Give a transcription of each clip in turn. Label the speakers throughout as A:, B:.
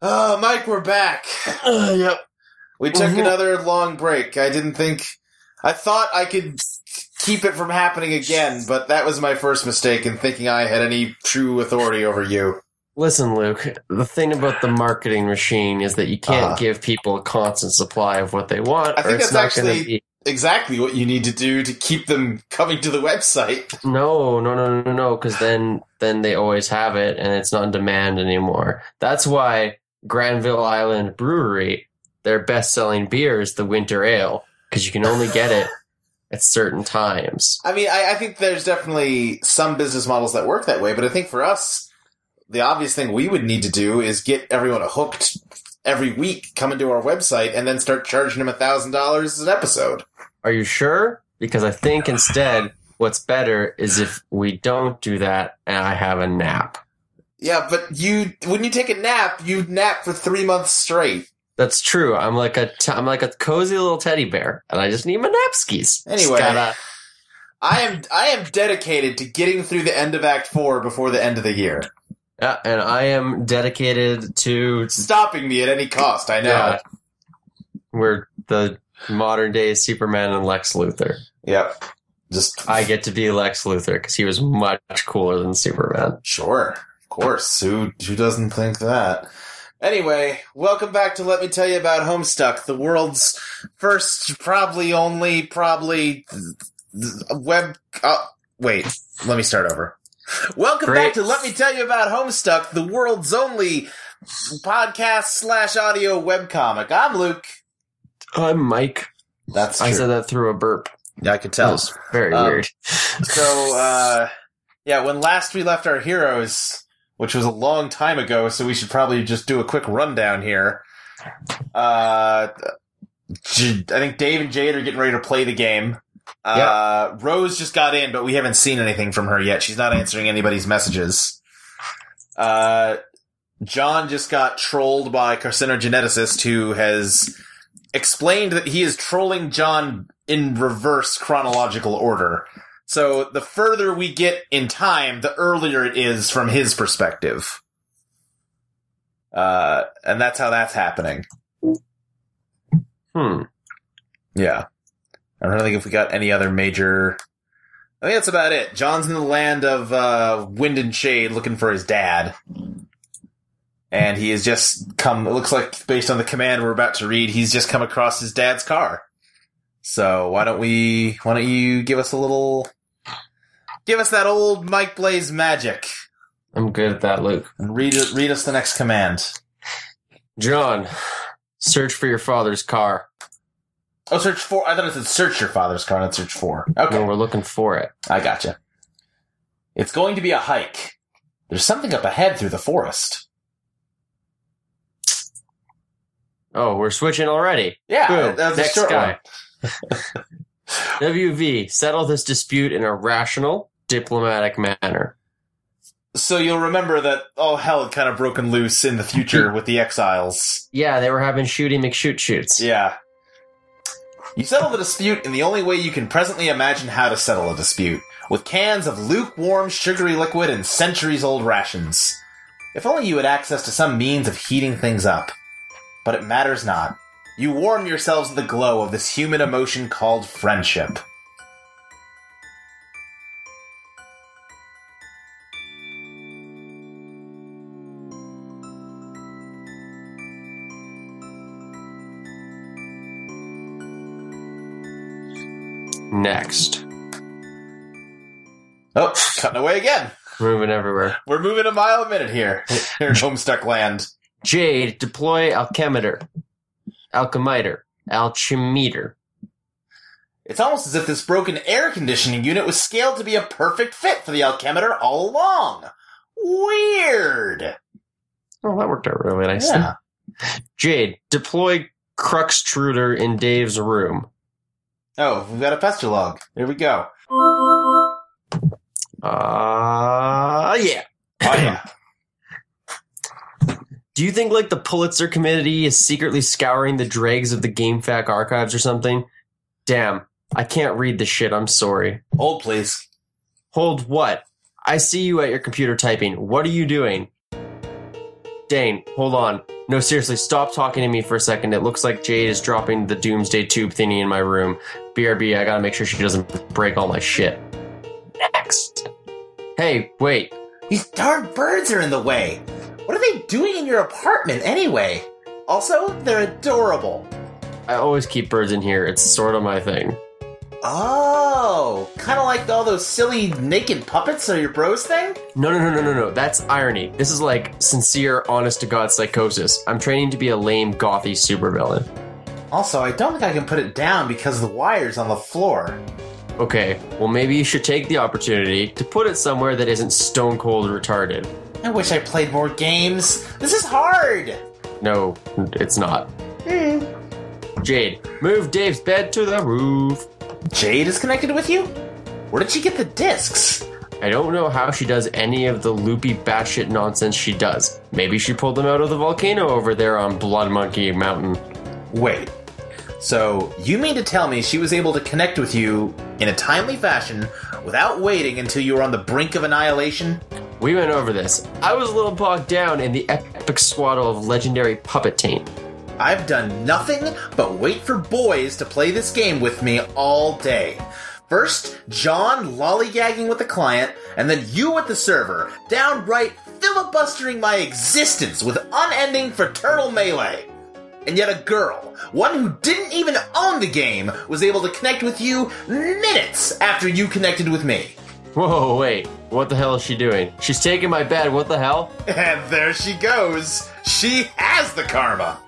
A: Oh, Mike, we're back.
B: Uh, yep.
A: We took
B: Mhm.
A: another long break. I didn't think, I thought I could keep it from happening again, but that was my first mistake in thinking I had any true authority over you.
B: Listen, Luke, the thing about the marketing machine is that you can't
A: Uh-huh.
B: give people a constant supply of what they want,
A: I think
B: or it's
A: that's
B: not going
A: actually-
B: to be.
A: Exactly what you need to do to keep them coming to the website.
B: No, no, no, no, no, because then then they always have it, and it's not in demand anymore. That's why Granville Island Brewery, their best selling beer is the Winter Ale, because you can only get it at certain times.
A: I mean, I, I think there's definitely some business models that work that way, but I think for us, the obvious thing we would need to do is get everyone hooked every week, coming to our website, and then start charging them $1,000 an episode.
B: Are you sure? Because I think instead, what's better is if we don't do that, and I have a nap.
A: Yeah, but you when you take a nap, you nap for three months straight.
B: That's true. I'm like a t- I'm like a cozy little teddy bear, and I just need my nap skis. Just
A: Anyway.
B: gotta-
A: I am I am dedicated to getting through the end of Act Four before the end of the year.
B: yeah, and I am dedicated to
A: Stopping me at any cost, I know.
B: Yeah. We're the modern day Superman and Lex Luthor.
A: Yep. Just
B: I get to be Lex Luthor because he was much cooler than Superman.
A: sure, of course. Who who doesn't think that? Anyway, welcome back to Let Me Tell You About Homestuck, the world's first, probably only, probably th- th- web. Uh, wait, let me start over. Welcome back
B: Great.
A: to Let Me Tell You About Homestuck, the world's only podcast slash audio webcomic. I'm Luke.
B: I'm Mike.
A: That's
B: I said that through a burp.
A: I could
B: That
A: tell.
B: was very
A: Um,
B: weird.
A: So, uh, yeah, when last we left our heroes, which was a long time ago, so we should probably just do a quick rundown here. Uh, J- I think Dave and Jade are getting ready to play the game. Uh, Rose just got in, but we haven't seen anything from her yet. She's not answering anybody's messages. Uh, John just got trolled by carcinogeneticist who has explained that he is trolling John in reverse chronological order. So the further we get in time, the earlier it is from his perspective. Uh, and that's how that's happening.
B: hmm.
A: Yeah. I don't think if we got any other major. I think that's about it. John's in the land of uh, wind and shade looking for his dad. And he has just come, it looks like based on the command we're about to read, he's just come across his dad's car. So why don't we, why don't you give us a little, give us that old Mike Blaze magic
B: I'm good at that, Luke.
A: and read, read us the next command.
B: John, search for your father's car.
A: Oh, search for, I thought it said search your father's car, not search for. Okay.
B: When we're looking for it.
A: I gotcha. It's going to be a hike. There's something up ahead through the forest.
B: Oh, we're switching already.
A: Yeah,
B: Boom.
A: that was a
B: Next
A: short
B: guy.
A: one.
B: WV, settle this dispute in a rational, diplomatic manner.
A: So you'll remember that all hell had kind of broken loose in the future with the exiles.
B: Yeah, they were having shooty McShoot shoots.
A: Yeah. You settle the dispute in the only way you can presently imagine how to settle a dispute with cans of lukewarm, sugary liquid and centuries old rations. If only you had access to some means of heating things up. But it matters not. You warm yourselves in the glow of this human emotion called friendship.
B: Next.
A: Oh, cutting away again.
B: Moving everywhere.
A: We're moving a mile a minute here. Here in Homestuck Land.
B: Jade, deploy alchemeter. Alchemiter. Alchemeter.
A: It's almost as if this broken air conditioning unit was scaled to be a perfect fit for the alchemeter all along. Weird.
B: Oh, that worked out really nicely.
A: Yeah.
B: Jade, deploy Cruxtruder in Dave's room.
A: Oh, we've got a pester log. Here we go.
B: Uh, yeah.
A: Oh yeah.
B: Do you think like the Pulitzer Committee is secretly scouring the dregs of the GameFAQ archives or something? Damn, I can't read this shit. I'm sorry.
A: Hold please.
B: Hold what? I see you at your computer typing. What are you doing? Dane, hold on. No, seriously, stop talking to me for a second. It looks like Jade is dropping the doomsday tube thingy in my room. BRB, I gotta make sure she doesn't break all my shit. Next. Hey, wait.
A: These darn birds are in the way. What are they doing in your apartment anyway? Also, they're adorable.
B: I always keep birds in here. It's sort of my thing.
A: Oh, kind of like all those silly naked puppets are your bros thing?
B: No, no, no, no, no, no. That's irony. This is like sincere, honest to God psychosis. I'm training to be a lame, gothy supervillain.
A: Also, I don't think I can put it down because the wire's on the floor.
B: Okay, well, maybe you should take the opportunity to put it somewhere that isn't stone cold retarded.
A: I wish I played more games. This is hard!
B: No, it's not.
A: Hmm.
B: Jade, move Dave's bed to the roof.
A: Jade is connected with you? Where did she get the discs?
B: I don't know how she does any of the loopy batshit nonsense she does. Maybe she pulled them out of the volcano over there on Blood Monkey Mountain.
A: Wait. So, you mean to tell me she was able to connect with you in a timely fashion without waiting until you were on the brink of annihilation?
B: We went over this. I was a little bogged down in the epic swaddle of legendary puppet taint.
A: I've done nothing but wait for boys to play this game with me all day. First, John lollygagging with the client, and then you at the server, downright filibustering my existence with unending fraternal melee. And yet, a girl, one who didn't even own the game, was able to connect with you minutes after you connected with me.
B: Whoa, wait. What the hell is she doing? She's taking my bed. What the hell?
A: And there she goes. She has the karma.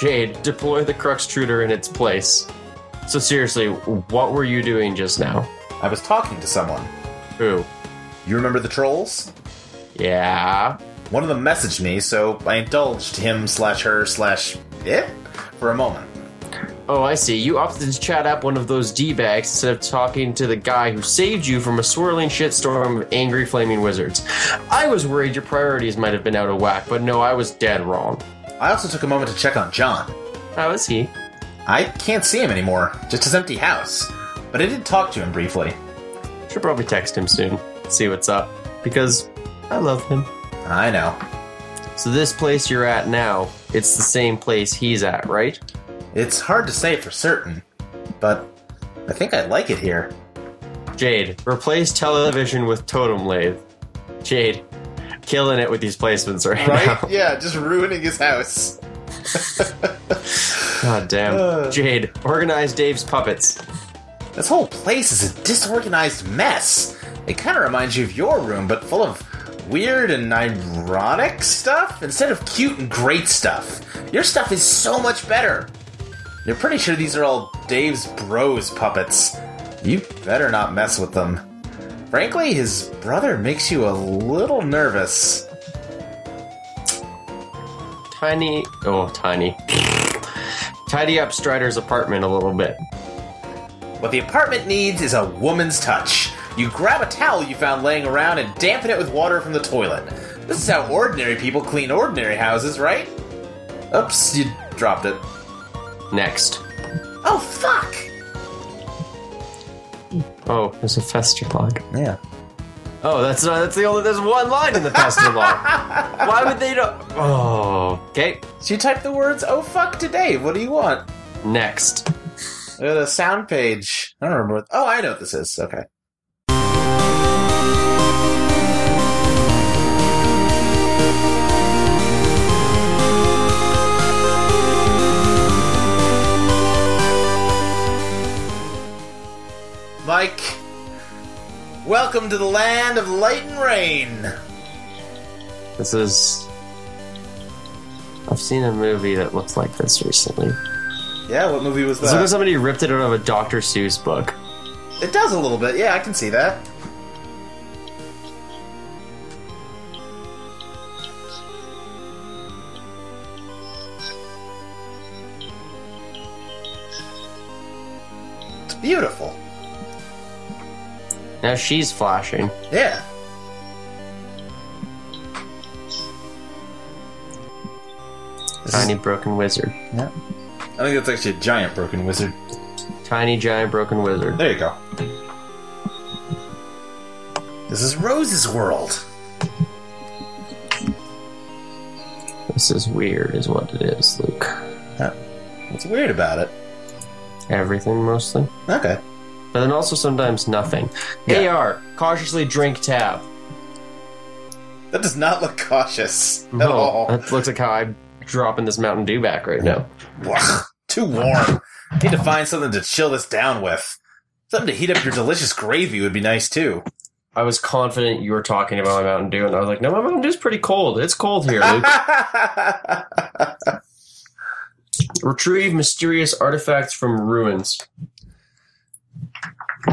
B: Jade, deploy the Crux Truder in its place. So, seriously, what were you doing just now?
A: I was talking to someone.
B: Who?
A: You remember the trolls?
B: Yeah.
A: One of them messaged me, so I indulged him slash her slash it for a moment.
B: Oh, I see. You opted to chat up one of those D bags instead of talking to the guy who saved you from a swirling shitstorm of angry flaming wizards. I was worried your priorities might have been out of whack, but no, I was dead wrong.
A: I also took a moment to check on John.
B: How is he?
A: I can't see him anymore, just his empty house. But I did talk to him briefly.
B: Should probably text him soon, see what's up, because I love him.
A: I know.
B: So, this place you're at now, it's the same place he's at, right?
A: It's hard to say for certain, but I think I like it here.
B: Jade, replace television with totem lathe. Jade, killing it with these placements right, now.
A: Yeah, just ruining his house.
B: God damn.
A: Ugh.
B: Jade, organize Dave's puppets.
A: This whole place is a disorganized mess. It kind of reminds you of your room, but full of weird and ironic stuff instead of cute and great stuff. Your stuff is so much better. You're pretty sure these are all Dave's bros puppets. You better not mess with them. Frankly, his brother makes you a little nervous.
B: Tiny. Oh, tiny. Tidy up Strider's apartment a little bit.
A: What the apartment needs is a woman's touch. You grab a towel you found laying around and dampen it with water from the toilet. This is how ordinary people clean ordinary houses, right? Oops, you dropped it.
B: Next.
A: Oh, fuck!
B: Oh, there's a fester log.
A: Yeah.
B: Oh, that's not. That's the only. There's one line in the fester log. Why would they not? Oh. Okay.
A: She typed the words, oh fuck, to Dave. What do you want?
B: Next.
A: Look at the sound page. I don't remember what. Oh, I know what this is. Okay. Mike, welcome to the land of light and rain.
B: This is. I've seen a movie that looks like this recently.
A: Yeah, what movie was
B: It's like
A: that?
B: somebody ripped it out of a Dr. Seuss book.
A: It does a little bit. Yeah, I can see that. It's beautiful.
B: Now she's flashing.
A: Yeah. This is-
B: Tiny broken wizard.
A: I think that's actually a giant broken wizard.
B: Tiny giant broken wizard.
A: There you go. This is Rose's world.
B: This is weird, is what it is, Luke.
A: What's weird about it?
B: Everything mostly.
A: Okay.
B: But then also sometimes nothing.
A: Yeah.
B: AR, cautiously drink tab.
A: That does not look cautious at
B: No,
A: all.
B: Oh, That looks like how I'm dropping this Mountain Dew back right now.
A: Blah, Too warm. Need to find something to chill this down with. Something to heat up your delicious gravy would be nice too.
B: I was confident you were talking about my Mountain Dew, and I was like, no, my Mountain Dew's pretty cold. It's cold here, Luke. Retrieve mysterious artifacts from ruins.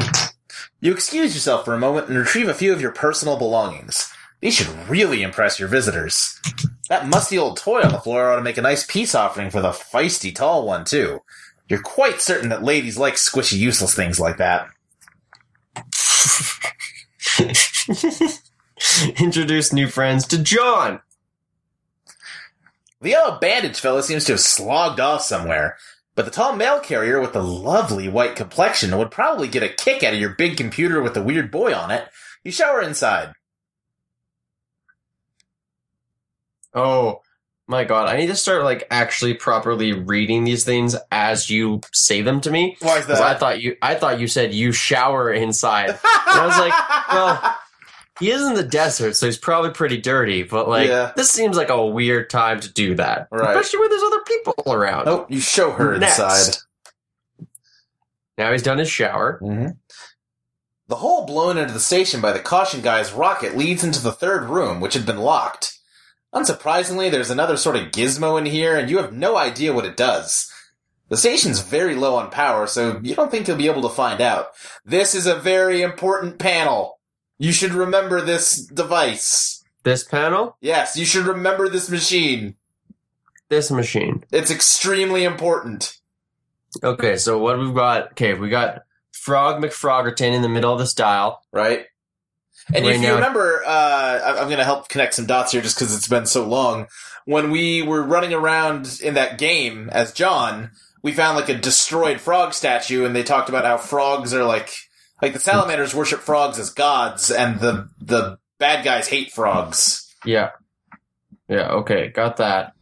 A: you excuse yourself for a moment and retrieve a few of your personal belongings. These should really impress your visitors. That musty old toy on the floor ought to make a nice peace offering for the feisty tall one too. You're quite certain that ladies like squishy useless things like that.
B: Introduce new friends to John.
A: The yellow bandage fellow seems to have slogged off somewhere, but the tall mail carrier with the lovely white complexion would probably get a kick out of your big computer with the weird boy on it. You shower inside.
B: Oh my god, I need to start like actually properly reading these things as you say them to me.
A: Why is
B: 'Cause I thought you I thought you said you shower inside. I was like, well, He is in the desert, so he's probably pretty dirty, but like
A: Yeah.
B: this seems like a weird time to do that.
A: Right.
B: Especially when there's other people around.
A: oh, you show her
B: Next.
A: inside.
B: Now he's done his shower.
A: The hole blown into the station by the caution guy's rocket leads into the third room, which had been locked. Unsurprisingly, there's another sort of gizmo in here, and you have no idea what it does. The station's very low on power, so you don't think you'll be able to find out. This is a very important panel. You should remember this device.
B: This panel,
A: Yes, you should remember this machine.
B: this machine.
A: It's extremely important.
B: Okay, so what we've got okay, we got Frog McFroggerton in the middle of this dial.
A: right? And
B: Right
A: if you
B: now-
A: remember, uh, I- I'm going to help connect some dots here just because it's been so long. When we were running around in that game as John, we found like a destroyed frog statue, and they talked about how frogs are like like the salamanders worship frogs as gods, and the the bad guys hate frogs.
B: Yeah. Yeah, okay, got that.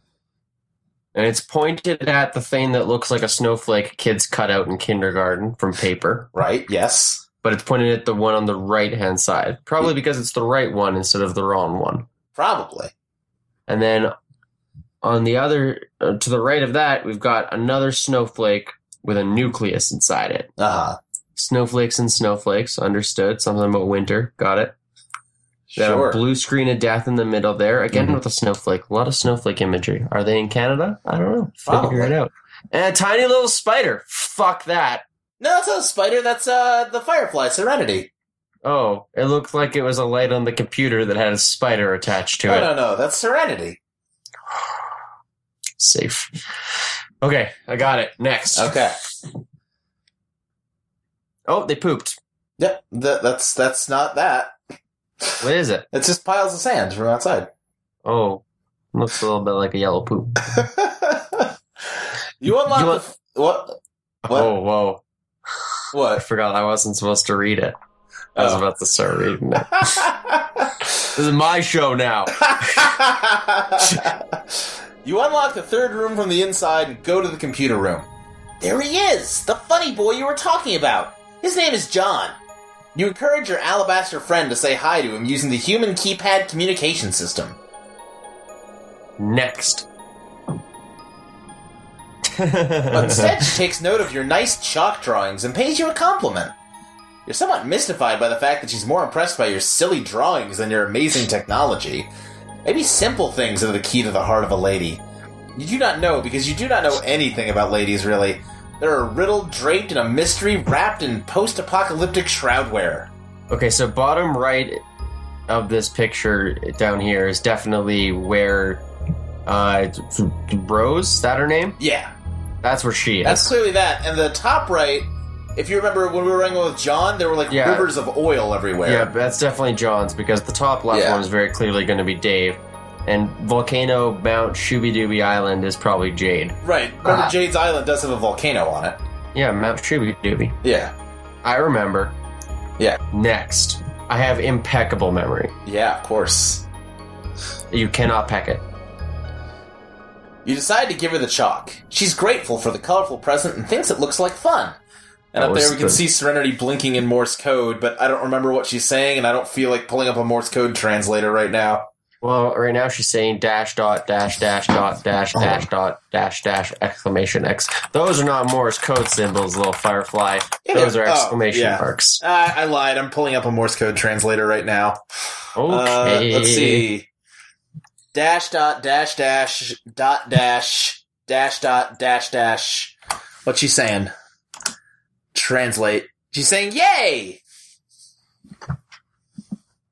B: And it's pointed at the thing that looks like a snowflake kids cut out in kindergarten from paper,
A: Right? Yes.
B: but it's pointed at the one on the right hand side, probably because it's the right one instead of the wrong one.
A: Probably.
B: And then on the other, uh, to the right of that, we've got another snowflake with a nucleus inside it.
A: Uh huh.
B: Snowflakes and snowflakes, understood. Something about winter, got it. Got
A: Sure.
B: a blue screen of death in the middle there. Again
A: Mhm.
B: with a snowflake. A lot of snowflake imagery. Are they in Canada? I don't know.
A: Probably.
B: Figure it out. And a tiny little spider. Fuck that.
A: no, that's not a spider. That's uh the firefly Serenity.
B: Oh, it looked like it was a light on the computer that had a spider attached to
A: No,
B: it.
A: no, no. That's Serenity.
B: Safe. Okay, I got it. Next.
A: Okay.
B: Oh, they pooped.
A: Yep. Th- that's that's not that.
B: What is it?
A: It's just piles of sand from outside.
B: Oh, looks a little bit like a yellow poop.
A: you unlock
B: You
A: the
B: want-
A: f- what? What?
B: Oh, whoa. I
A: What?
B: forgot I wasn't supposed to read it. I was
A: Oh.
B: about to start reading it. This is my show now.
A: you unlock the third room from the inside and go to the computer room. There he is, the funny boy you were talking about. His name is John. You encourage your alabaster friend to say hi to him using the human keypad communication system.
B: Next.
A: But Stetch takes note of your nice chalk drawings and pays you a compliment. You're somewhat mystified by the fact that she's more impressed by your silly drawings than your amazing technology. Maybe simple things are the key to the heart of a lady. You do not know because you do not know anything about ladies, really. They're a riddle draped in a mystery wrapped in post apocalyptic shroudware.
B: okay, so bottom right of this picture down here is definitely where uh Rose, is that her name?
A: Yeah,
B: That's where she is.
A: that's clearly that. And the top right, if you remember when we were running with John, there were like
B: Yeah.
A: rivers of oil everywhere.
B: Yeah, but that's definitely John's because the top left
A: Yeah.
B: one is very clearly going to be Dave, and Volcano Mount Shooby Dooby Island is probably Jade.
A: Right. Remember,
B: Ah.
A: Jade's Island does have a volcano on it.
B: Yeah, Mount Shooby Dooby.
A: Yeah.
B: I remember.
A: Yeah.
B: Next, I have impeccable memory.
A: Yeah, of course.
B: You cannot peck it.
A: You decide to give her the chalk. She's grateful for the colorful present and thinks it looks like fun. And
B: That
A: up there,
B: was
A: we can
B: the-
A: see Serenity blinking in Morse code, but I don't remember what she's saying, and I don't feel like pulling up a Morse code translator right now.
B: Well, right now she's saying dash dot dash dash dot dash
A: Uh-huh.
B: dash dot dash dash exclamation X. Those are not Morse code symbols, little firefly. Those are
A: Oh,
B: exclamation
A: yeah.
B: marks.
A: Uh, I lied. I'm pulling up a Morse code translator right now. Uh,
B: Okay.
A: let's see. Dash dot dash dash dot dash dash dot dash dash. What's she saying? Translate. She's saying yay.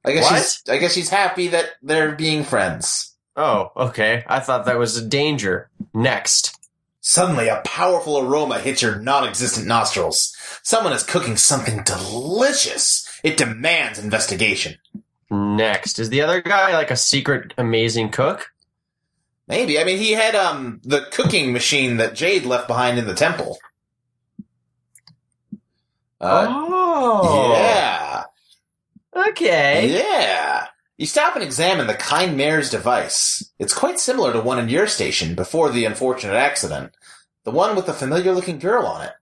A: I guess
B: What?
A: she's. I guess she's happy that they're being friends.
B: Oh, okay. I thought that was a danger. Next.
A: Suddenly, a powerful aroma hits your non-existent nostrils. Someone is cooking something delicious. It demands investigation.
B: Next. Is the other guy like a secret amazing cook?
A: Maybe. I mean, he had um the cooking machine that Jade left behind in the temple. Uh,
B: oh.
A: Yeah.
B: Okay.
A: Yeah. You stop and examine the kind mayor's device. It's quite similar to one in your station before the unfortunate accident. The one with the familiar looking girl on it.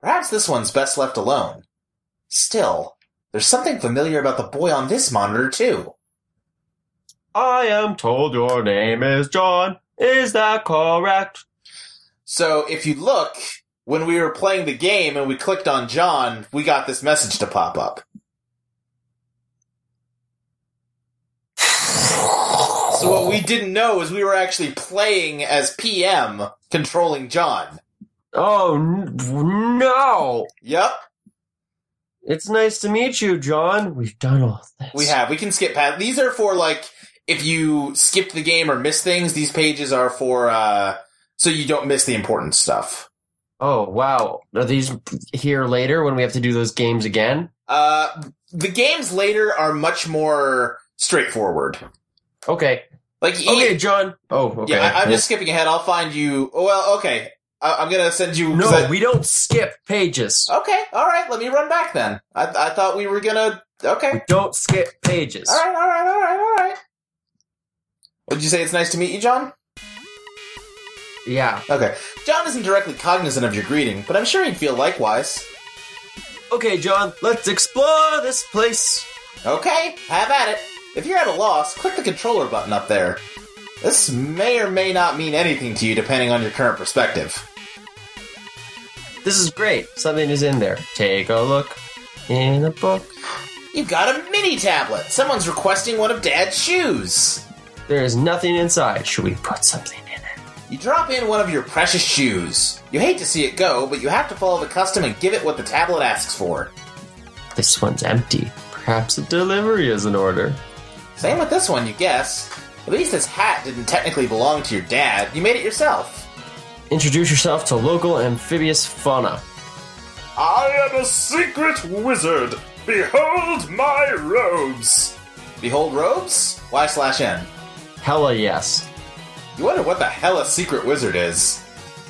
A: Perhaps this one's best left alone. Still, there's something familiar about the boy on this monitor, too.
B: I am told your name is John. Is that correct?
A: So if you look, when we were playing the game and we clicked on John, we got this message to pop up. So what we didn't know is we were actually playing as PM controlling John.
B: Oh, n- no.
A: Yep,
B: It's nice to meet you, John. We've done all this.
A: we have. We can skip past. These are for like if you skipped the game or miss things. These pages are for uh so you don't miss the important stuff.
B: Oh, wow. Are these here later when we have to do those games again?
A: Uh the games later are much more straightforward.
B: Okay.
A: Like
B: Okay, John. Oh, okay.
A: Yeah, I, I'm just skipping ahead. I'll find you. Well, okay. I, I'm gonna send you.
B: No,
A: so-
B: we don't skip pages.
A: okay. All right. Let me run back then. I, I thought we were gonna. Okay.
B: We don't skip pages.
A: All right. All right. All right. All right. Would you say it's nice to meet you, John?
B: Yeah.
A: Okay. John isn't directly cognizant of your greeting, but I'm sure he'd feel likewise.
B: Okay, John, let's explore this place.
A: Okay. Have at it. If you're at a loss, click the controller button up there. This may or may not mean anything to you, depending on your current perspective.
B: This is great. Something is in there. Take a look in the book.
A: You got a mini tablet. Someone's requesting one of Dad's shoes.
B: There is nothing inside. Should we put something in it?
A: You drop in one of your precious shoes. You hate to see it go, but you have to follow the custom and give it what the tablet asks for.
B: This one's empty. Perhaps a delivery is in order.
A: Same with this one, you guess. At least this hat didn't technically belong to your dad. You made it yourself.
B: Introduce yourself to local amphibious fauna.
A: I am a secret wizard. Behold my robes. Behold robes? Y slash N.
B: Hella yes.
A: You wonder what the hell a secret wizard is.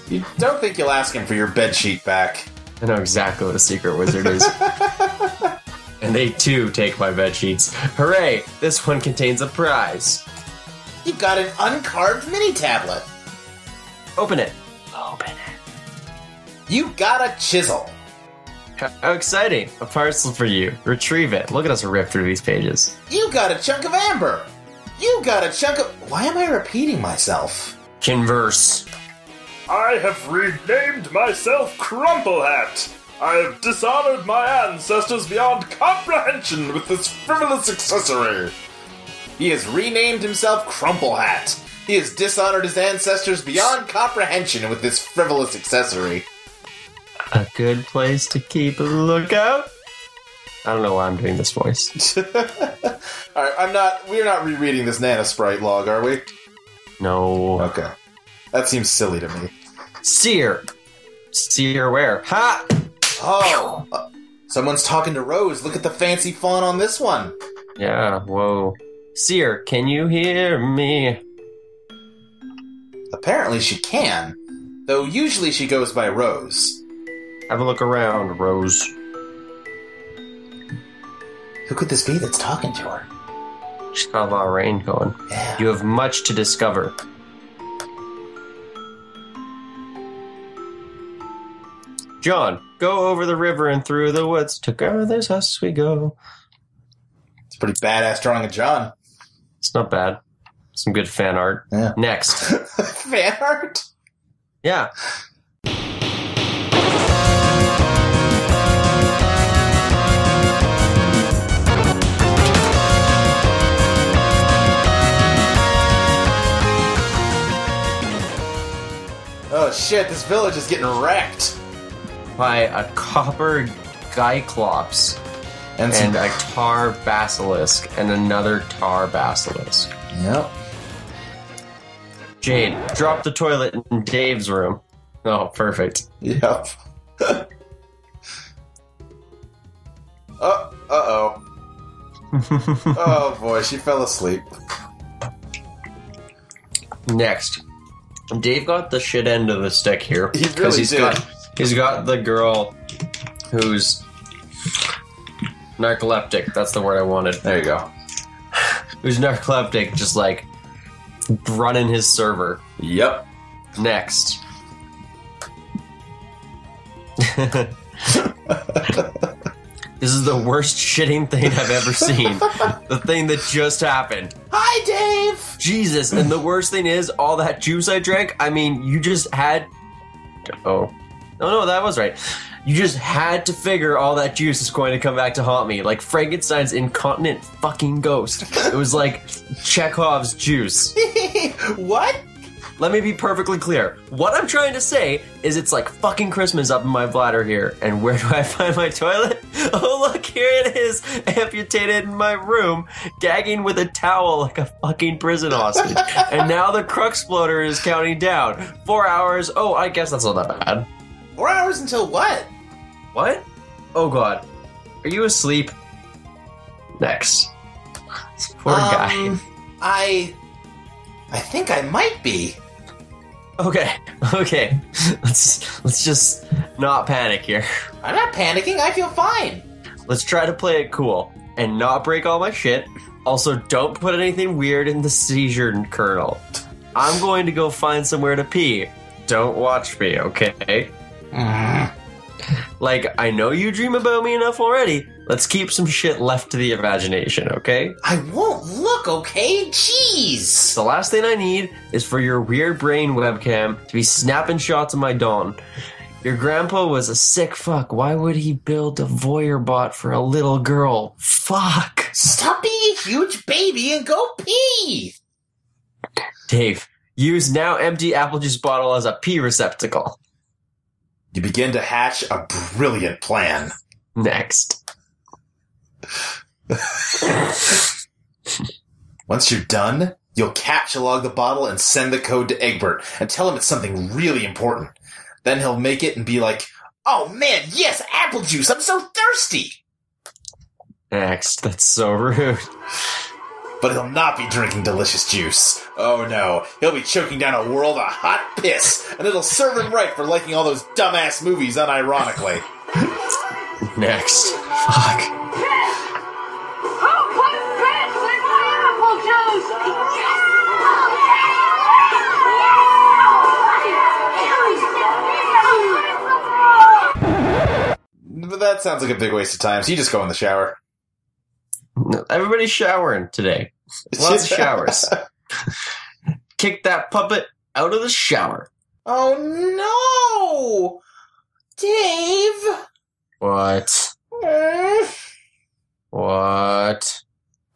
A: You don't think you'll ask him for your bedsheet back.
B: I know exactly what a secret wizard is. and they too take my bed sheets. Hooray! This one contains a prize.
A: You got an uncarved mini tablet.
B: Open it. Open it.
A: You got a chisel.
B: How exciting! A parcel for you. Retrieve it. Look at us rip through these pages.
A: You got a chunk of amber. You got a chunk of. Why am I repeating myself?
B: Converse.
C: I have renamed myself Crumplehat. I have dishonored my ancestors beyond comprehension with this frivolous accessory.
A: He has renamed himself Crumplehat. He has dishonored his ancestors beyond comprehension with this frivolous accessory.
B: A good place to keep a lookout. I don't know why I'm doing this voice.
A: All right, I'm not. We're not rereading this Nana Sprite log, are we?
B: No.
A: Okay, that seems silly to me.
B: Seer. Seer where? Ha!
A: Oh, uh, someone's talking to Rose. Look at the fancy font on this one.
B: Yeah, whoa. Seer, can you hear me?
A: Apparently, she can, though usually she goes by Rose.
B: Have a look around, Rose.
A: Who could this be that's talking to her?
B: She's got a lot of rain going.
A: Yeah.
B: You have much to discover. John, go over the river and through the woods. Together there's us we go.
A: It's pretty badass drawing of John.
B: It's not bad. Some good fan art.
A: Yeah.
B: Next.
A: Fan art?
B: Yeah.
A: Oh shit, this village is getting wrecked.
B: By a copper gyclops
A: And,
B: and
A: some.
B: a tar basilisk and another tar basilisk.
A: Yep.
B: Jade, drop the toilet in Dave's room. Oh, perfect.
A: Yep. uh oh. Oh boy, she fell asleep.
B: Next. Dave got the shit end of the stick here.
A: He
B: 'cause
A: really
B: he's
A: did.
B: got he's got the girl who's narcoleptic, that's the word I wanted.
A: There you go.
B: Who's narcoleptic, just like running his server.
A: Yep.
B: Next. this is the worst shitting thing I've ever seen. the thing that just happened.
A: Hi, Dave.
B: Jesus, and the worst thing is all that juice I drank. I mean, you just had Oh. No, no, that was right. You just had to figure all that juice is going to come back to haunt me, like Frankenstein's incontinent fucking ghost. It was like Chekhov's juice.
A: what?
B: Let me be perfectly clear. What I'm trying to say is it's like fucking Christmas up in my bladder here. And where do I find my toilet? Oh, look, here it is, amputated in my room, gagging with a towel like a fucking prison hostage. and now the crux floater is counting down. Four hours. Oh, I guess that's not that bad.
A: Four hours until what?
B: What? Oh, God. Are you asleep? Next. Poor guy.
A: Um, I. I think I might be.
B: Okay, okay. Let's let's just not panic here.
A: I'm not panicking. I feel fine.
B: Let's try to play it cool and not break all my shit. Also, don't put anything weird in the seizure kernel. I'm going to go find somewhere to pee. Don't watch me, okay? Mm. Like, I know you dream about me enough already. Let's keep some shit left to the imagination, okay?
A: I won't look, okay? Jeez.
B: The last thing I need is for your weird brain webcam to be snapping shots of my don. Your grandpa was a sick fuck. Why would he build a voyeur bot for a little girl? Fuck.
A: Stop being a huge baby and go pee.
B: Dave, use now empty apple juice bottle as a pee receptacle.
A: You begin to hatch a brilliant plan.
B: Next.
A: Once you're done, you'll capture log the bottle and send the code to Egbert and tell him it's something really important. Then he'll make it and be like, "Oh man, yes, apple juice. I'm so thirsty."
B: Next. That's so rude.
A: But he'll not be drinking delicious juice. Oh no, he'll be choking down a world of hot piss, and it'll serve him right for liking all those dumbass movies unironically.
B: Next. Fuck.
D: piss! Who put piss in my apple juice?
A: But that sounds like a big waste of time, so you just go in the shower.
B: No, Everybody's showering today. Lots of showers. Kick that puppet out of the shower.
A: Oh no! Dave!
B: What?
A: Eh,
B: What?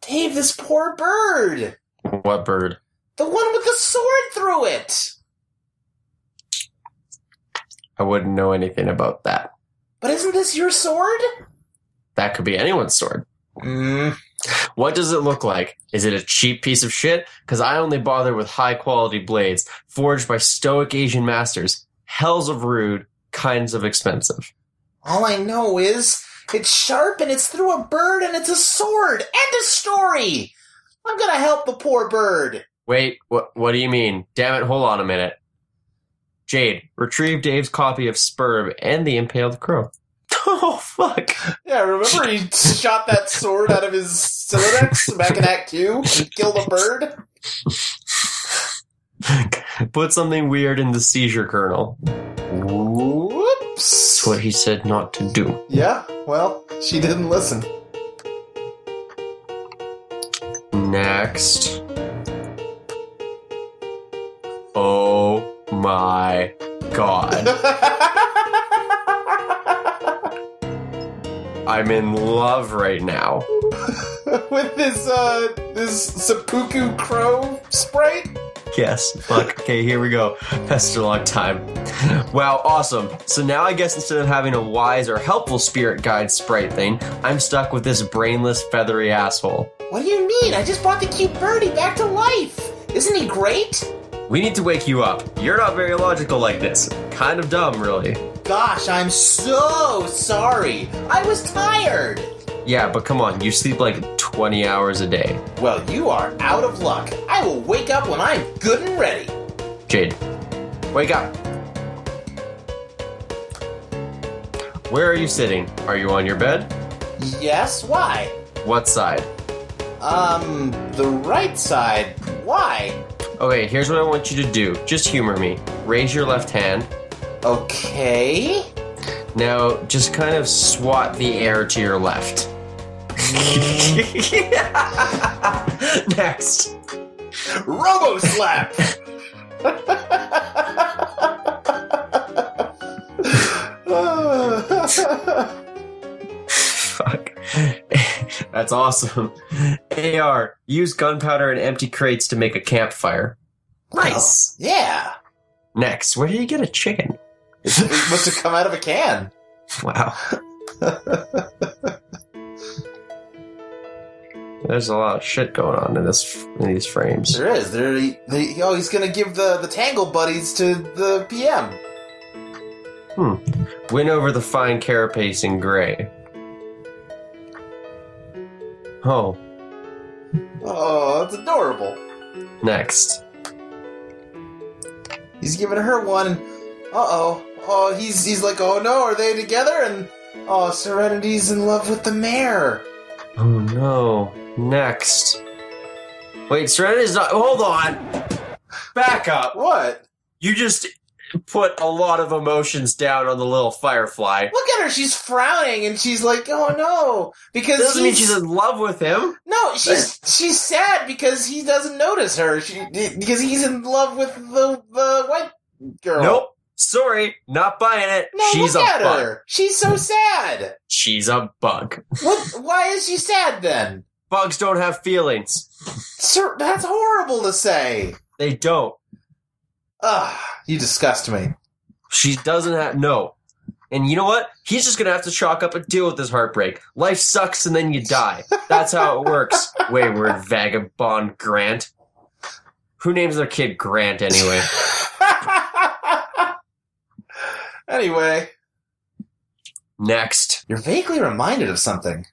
A: Dave, this poor bird!
B: What bird?
A: The one with the sword through it!
B: I wouldn't know anything about that.
A: But isn't this your sword?
B: That could be anyone's sword.
A: Mm.
B: What does it look like? Is it a cheap piece of shit? Because I only bother with high quality blades forged by stoic Asian masters. Hells of rude, kinds of expensive.
A: All I know is it's sharp and it's through a bird and it's a sword! End of story! I'm gonna help the poor bird!
B: Wait, what? What do you mean? Damn it! Hold on a minute. Jade, retrieve Dave's copy of Sperm and the Impaled Crow. Oh fuck!
A: Yeah, remember he shot that sword out of his Silodex back in Act 2 and killed a bird?
B: Put something weird in the seizure kernel.
A: Whoops!
B: It's what he said not to do.
A: Yeah, well, she didn't listen.
B: Next. Oh my god. I'm in love right now.
A: With this, uh, this seppuku crow sprite?
B: Yes. Fuck. Okay, here we go. Pesterlock time. Wow, awesome. So now I guess instead of having a wise or helpful spirit guide sprite thing, I'm stuck with this brainless, feathery asshole.
A: What do you mean? I just brought the cute birdie back to life! Isn't he great?
B: We need to wake you up. You're not very logical like this. Kind of dumb, really.
A: Gosh, I'm so sorry. I was tired.
B: Yeah, but come on, you sleep like 20 hours a day.
A: Well, you are out of luck. I will wake up when I'm good and ready.
B: Jade, wake up. Where are you sitting? Are you on your bed?
A: Yes, why?
B: What side?
A: Um, the right side. Why?
B: Okay, here's what I want you to do. Just humor me. Raise your left hand.
A: Okay.
B: Now, just kind of swat the air to your left. Next.
A: Robo slap!
B: Fuck. That's awesome. AR, use gunpowder and empty crates to make a campfire. Nice.
A: yeah.
B: Next, where do you get a chicken?
A: It must have come out of a can.
B: Wow. There's a lot of shit going on in this in these frames.
A: There is. There. He, he- oh, he's gonna give the the Tangle buddies to the PM.
B: Win over the fine carapace in gray. Oh,
A: Oh, that's adorable.
B: next.
A: He's giving her one. And, uh oh. Oh, he's he's like, oh no, are they together? And oh, Serenity's in love with the mayor.
B: Oh no, next. Wait, Serenity's not. Hold on! Back up!
A: What?
B: You just put a lot of emotions down on the little firefly.
A: Look at her. She's frowning and she's like, oh no, because
B: Doesn't mean
A: he's-
B: she's in love with him.
A: No, she's she's sad because he doesn't notice her. She because he's in love with the the white girl.
B: Nope. Sorry, not buying it.
A: No,
B: she's
A: look
B: a
A: at
B: bug.
A: her. She's so sad.
B: She's a bug.
A: What? Why is she sad then?
B: Bugs don't have feelings.
A: Sir, that's horrible to say.
B: They don't.
A: Ugh, you disgust me.
B: She doesn't have no. And you know what? He's just gonna have to chalk up and deal with this heartbreak. Life sucks and then you die. That's how it works. Wayward vagabond Grant. Who names their kid Grant anyway?
A: anyway,
B: Next.
A: you're vaguely reminded of something.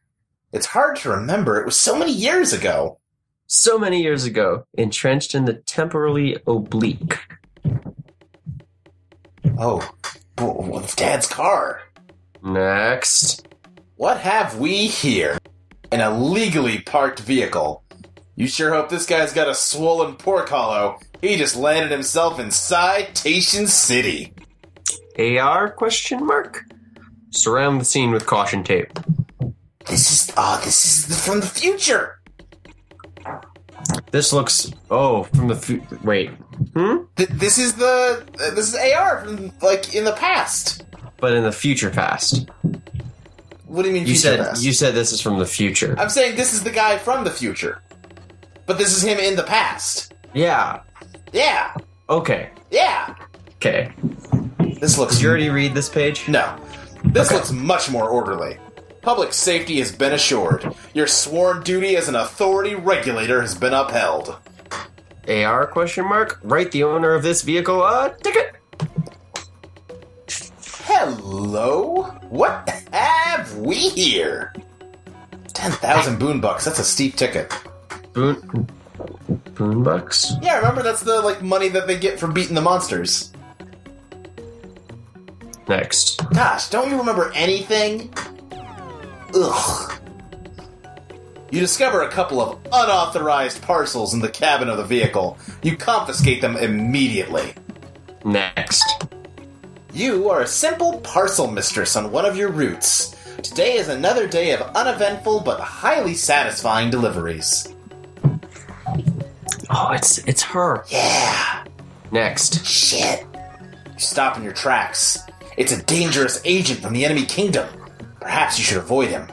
A: It's hard to remember. It was so many years ago.
B: So many years ago, entrenched in the temporally oblique.
A: Oh, b- with Dad's car.
B: Next.
A: What have we here? An illegally parked vehicle. You sure hope this guy's got a swollen pork hollow. He just landed himself in Citation City.
B: AR question mark? Surround the scene with caution tape.
A: This is ah, this is the, from the future.
B: This looks oh from the fu- wait. Hmm?
A: Th- this is the uh, this is AR from like in the past.
B: But in the future past.
A: What do you mean
B: You
A: future
B: said
A: past?
B: you said this is from the future.
A: I'm saying this is the guy from the future, but this is him in the past.
B: Yeah.
A: Yeah,
B: Okay.
A: yeah.
B: Okay.
A: This looks
B: Did you already read this page?
A: No. This looks much more orderly. Public safety has been assured. Your sworn duty as an authority regulator has been upheld.
B: AR question mark? Write the owner of this vehicle a ticket.
A: Hello? What have we here? 10,000 boon bucks. That's a steep ticket.
B: Boon Boon bucks?
A: Yeah, remember that's the like money that they get for beating the monsters.
B: Next.
A: Gosh, don't you remember anything? Ugh. You discover a couple of unauthorized parcels in the cabin of the vehicle. You confiscate them immediately.
B: Next.
A: You are a simple parcel mistress on one of your routes. Today is another day of uneventful but highly satisfying deliveries.
B: Oh, it's it's her.
A: Yeah,
B: Next.
A: shit. You stop in your tracks. It's a dangerous agent from the enemy kingdom. Perhaps you should avoid him.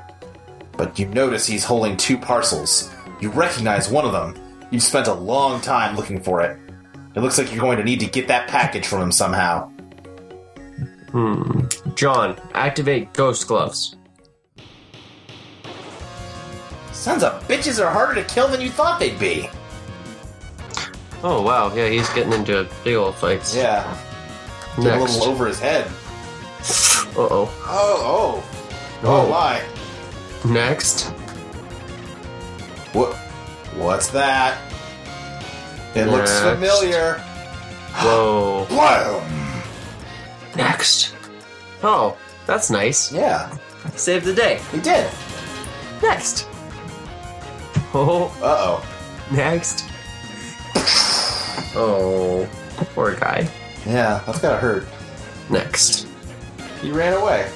A: But you notice he's holding two parcels. You recognize one of them. You've spent a long time looking for it. It looks like you're going to need to get that package from him somehow.
B: hmm. John, activate ghost gloves.
A: Sons of bitches are harder to kill than you thought they'd be.
B: Oh wow, yeah, he's getting into a big old fight.
A: Yeah, a
B: Next.
A: little
B: Uh
A: over his head.
B: oh.
A: Oh, oh, oh, my!
B: Next.
A: What? What's that? It looks
B: Next.
A: familiar.
B: Whoa.
A: Bloom.
B: Next. Oh, that's nice.
A: Yeah,
B: Save the day.
A: he did.
B: Next. Oh.
A: Uh oh.
B: Next. Oh, poor guy.
A: Yeah, that's gotta hurt.
B: Next.
A: He ran away.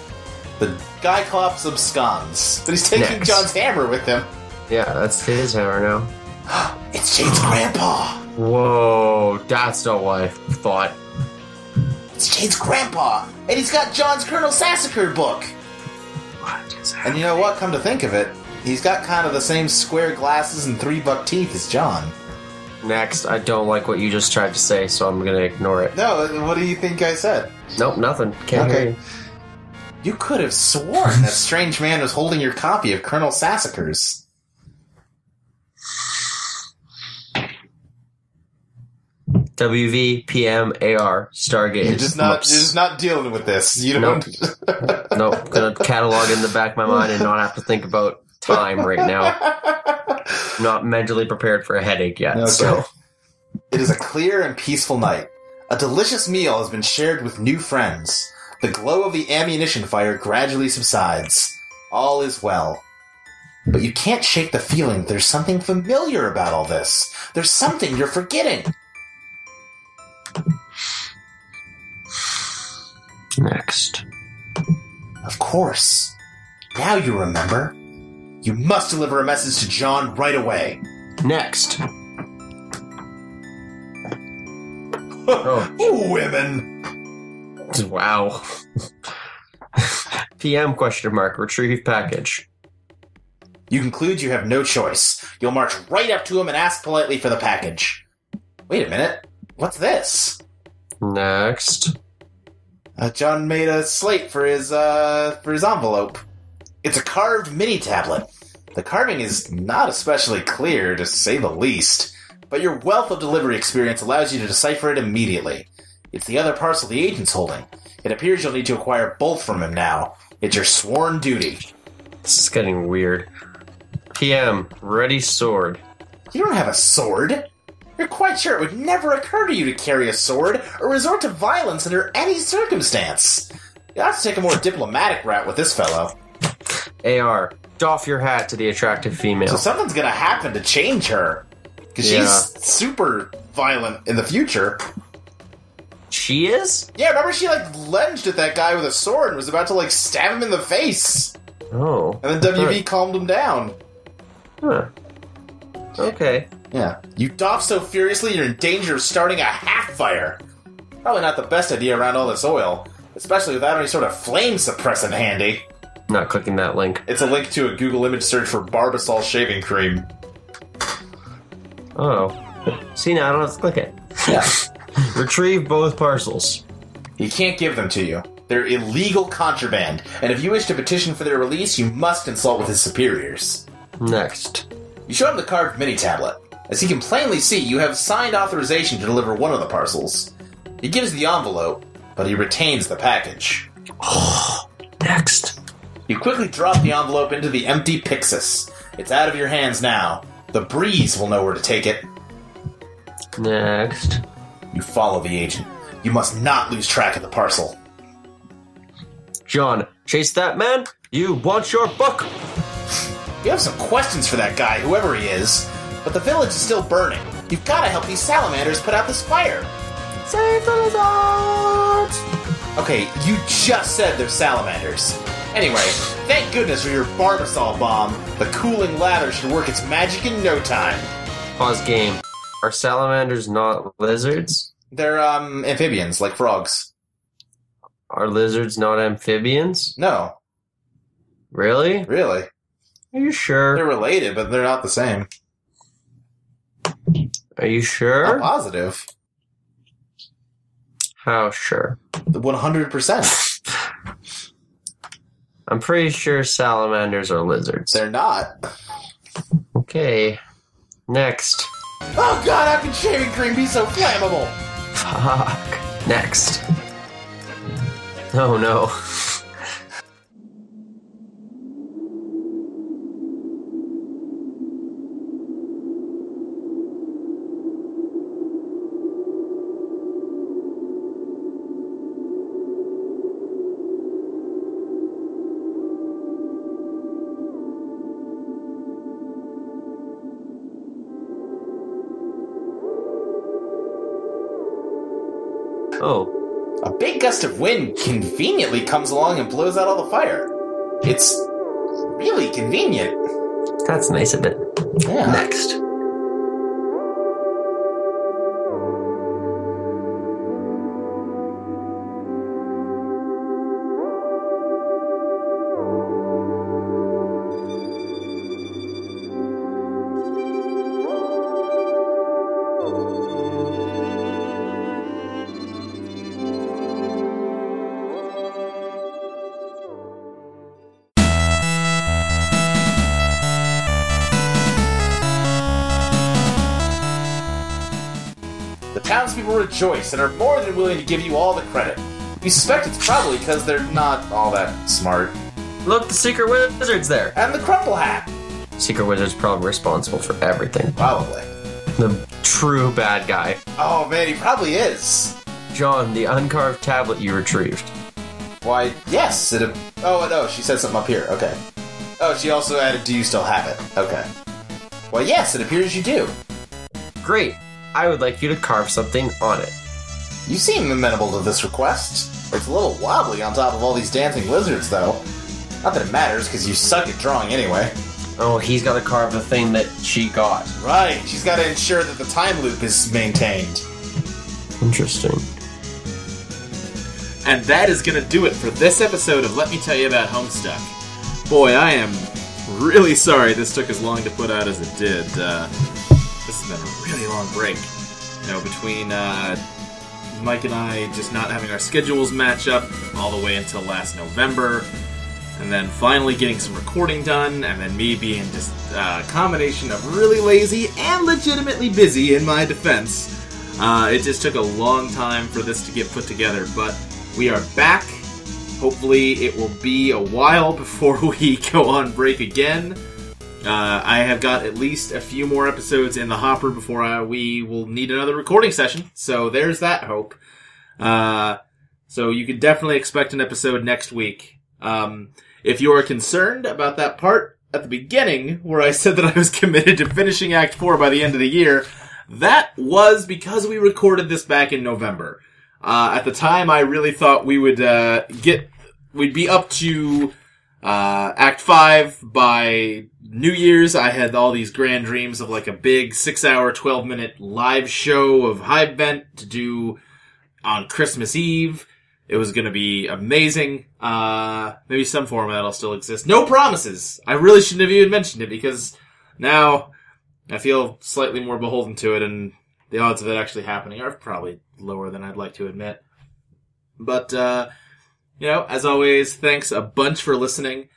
A: The guy cops absconds, but he's taking
B: Next.
A: John's hammer with him.
B: Yeah, that's his hammer now.
A: It's Jade's grandpa.
B: Whoa, that's not what I thought.
A: It's Jade's grandpa, and he's got John's Colonel Sassaker book.
B: What is
A: And you know what? Come to think of it, he's got kind of the same square glasses and three buck teeth as John.
B: Next, I don't like what you just tried to say, so I'm gonna ignore it.
A: No, what do you think I said?
B: Nope, nothing. Can't
A: Okay.
B: hear you.
A: You could have sworn that strange man was holding your copy of Colonel Sassacres.
B: WVPMAR Stargate.
A: You're just not,
B: Whoops.
A: you're just not dealing with this. You don't.
B: Nope, gonna catalog in the back of my mind and not have to think about time right now. Not mentally prepared for a headache yet.
A: Okay.
B: So
A: It is a clear and peaceful night. A delicious meal has been shared with new friends. The glow of the ammunition fire gradually subsides. All is well. But you can't shake the feeling there's something familiar about all this. There's something you're forgetting.
B: next.
A: Of course. Now you remember. You must deliver a message to John right away.
B: Next. Oh,
A: Ooh, women!
B: wow. PM question mark retrieve package.
A: You conclude you have no choice. You'll march right up to him and ask politely for the package. Wait a minute. What's this?
B: Next.
A: Uh, John made a slate for his uh, for his envelope. It's a carved mini tablet. The carving is not especially clear, to say the least, but your wealth of delivery experience allows you to decipher it immediately. It's the other parcel the agent's holding. It appears you'll need to acquire both from him now. It's your sworn duty.
B: This is getting weird. PM ready sword.
A: You don't have a sword. You're quite sure it would never occur to you to carry a sword or resort to violence under any circumstance. You'll have to take a more diplomatic route with this fellow.
B: AR doff your hat to the attractive
A: So
B: female.
A: something's gonna happen to change her because
B: Yeah.
A: she's super violent in the future.
B: She is?
A: Yeah, remember she like lunged at that guy with a sword and was about to like stab him in the face,
B: Oh.
A: and then WV calmed him down.
B: Huh. Okay.
A: Yeah, you doff so furiously you're in danger of starting a half fire. Probably not the best idea around all this oil, especially without any sort of flame suppressant handy.
B: Not clicking that link.
A: It's a link to a Google image search for Barbasol shaving cream.
B: Oh. See now I don't have to click it.
A: Yeah.
B: Retrieve both parcels.
A: He can't give them to you. They're illegal contraband, and if you wish to petition for their release, you must consult with his superiors.
B: Next.
A: You show him the carved mini tablet. As he can plainly see, you have signed authorization to deliver one of the parcels. He gives the envelope, but he retains the package.
B: Next.
A: You quickly drop the envelope into the empty Pixis. It's out of your hands now. The breeze will know where to take it.
B: Next.
A: You follow the agent. You must not lose track of the parcel.
B: John, chase that man. You want your book?
A: You have some questions for that guy, whoever he is, but the village is still burning. You've got to help these salamanders put out this fire.
B: Save the lizards!
A: Okay,
E: Okay, you just said they're salamanders. Anyway, thank goodness for your Barbasol bomb. The cooling lather should work its magic in no time.
B: Pause game. Are salamanders not lizards?
E: They're um amphibians, like frogs.
B: Are lizards not amphibians?
E: No,
B: Really?
E: really,
B: Are you
E: they're
B: sure?
E: related, but they're not the same.
B: Are you
E: Not
B: sure?
E: positive.
B: How sure?
E: One hundred percent.
B: I'm pretty sure salamanders are lizards.
E: They're not.
B: Okay. Next.
E: Oh god, how can shaving cream be so flammable?
B: Fuck. Next. Oh no. Oh.
E: A big gust of wind conveniently comes along and blows out all the fire. It's really convenient.
B: That's nice of it.
E: Yeah.
B: Next.
E: The townspeople rejoice and are more than willing to give you all the credit. You suspect it's probably because they're not all that smart.
B: Look, the secret wizard's there.
E: And the crumple hat,
B: Secret wizard's probably responsible for everything.
E: probably.
B: The true bad guy.
E: Oh man, he probably is.
B: John, the uncarved tablet you retrieved.
E: Why? Yes. It. Oh no, she said something up here. Okay. Oh, she also added, "Do you still have it?" Okay. Well, yes, it appears you do.
B: Great. I would like you to carve something on it.
E: You seem amenable to this request. It's a little wobbly on top of all these dancing lizards, though. Not that it matters, because you suck at drawing anyway.
B: Oh, he's got to carve the thing that she got.
E: Right, she's got to ensure that the time loop is maintained.
B: Interesting.
A: And that is going to do it for this episode of Let Me Tell You About Homestuck. Boy, I am really sorry this took as long to put out as it did. Uh, this has been a really long break. You know, between uh, Mike and I just not having our schedules match up all the way until last November, and then finally getting some recording done, and then me being just uh, a combination of really lazy and legitimately busy in my defense. Uh, it just took a long time for this to get put together, but we are back. Hopefully, it will be a while before we go on break again. Uh, I have got at least a few more episodes in the hopper before I, we will need another recording session, so there's that hope. Uh, so you can definitely expect an episode next week. Um, if you are concerned about that part at the beginning where I said that I was committed to finishing Act 4 by the end of the year, that was because we recorded this back in November. Uh, at the time, I really thought we would uh, get we'd be up to uh, Act Five by New Year's. I had all these grand dreams of like a big six-hour, twelve-minute live show of Hive Bent to do on Christmas Eve. It was going to be amazing. Uh, maybe some format will still exist. No promises. I really shouldn't have even mentioned it because now I feel slightly more beholden to it, and the odds of it actually happening are probably lower than I'd like to admit. But, uh, you know, as always, thanks a bunch for listening.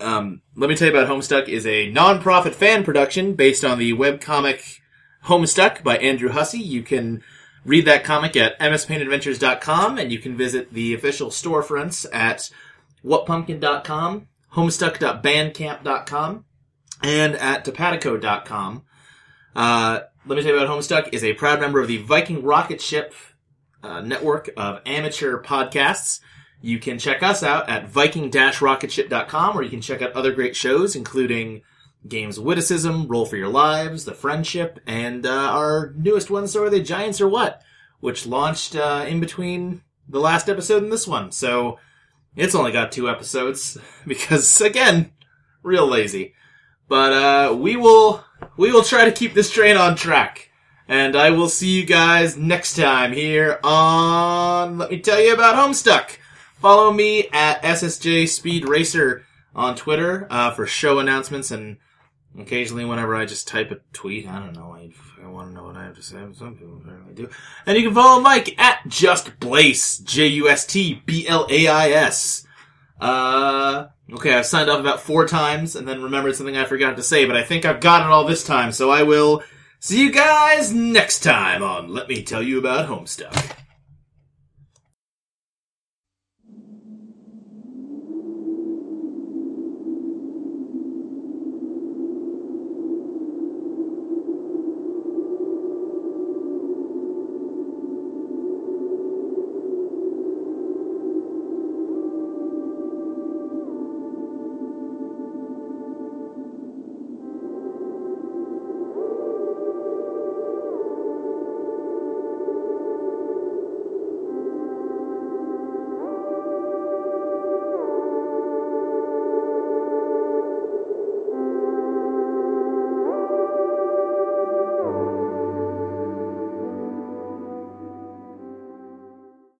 A: Um, let me tell you about Homestuck is a non-profit fan production based on the webcomic Homestuck by Andrew Hussey. You can read that comic at mspainadventures.com, and you can visit the official storefronts at whatpumpkin.com, homestuck.bandcamp.com, and at topatico.com. Uh, let me tell you about Homestuck is a proud member of the Viking Rocket Ship uh, network of amateur podcasts. You can check us out at viking-rocketship.com, where you can check out other great shows, including Games of Witticism, Roll for Your Lives, The Friendship, and uh, our newest one, So Are They Giants or What? Which launched uh, in between the last episode and this one. So it's only got two episodes because again, real lazy. But uh, we will we will try to keep this train on track. And I will see you guys next time here on Let Me Tell You About Homestuck. Follow me at SSJ Speed Racer on Twitter uh, for show announcements and occasionally whenever I just type a tweet. I don't know. I, I want to know what I have to say. Some people apparently do. And you can follow Mike at Just Blaze, J U S T B L A I S. Uh, okay, I've signed up about four times and then remembered something I forgot to say, but I think I've got it all this time, so I will see you guys next time on Let Me Tell You About Homestuck.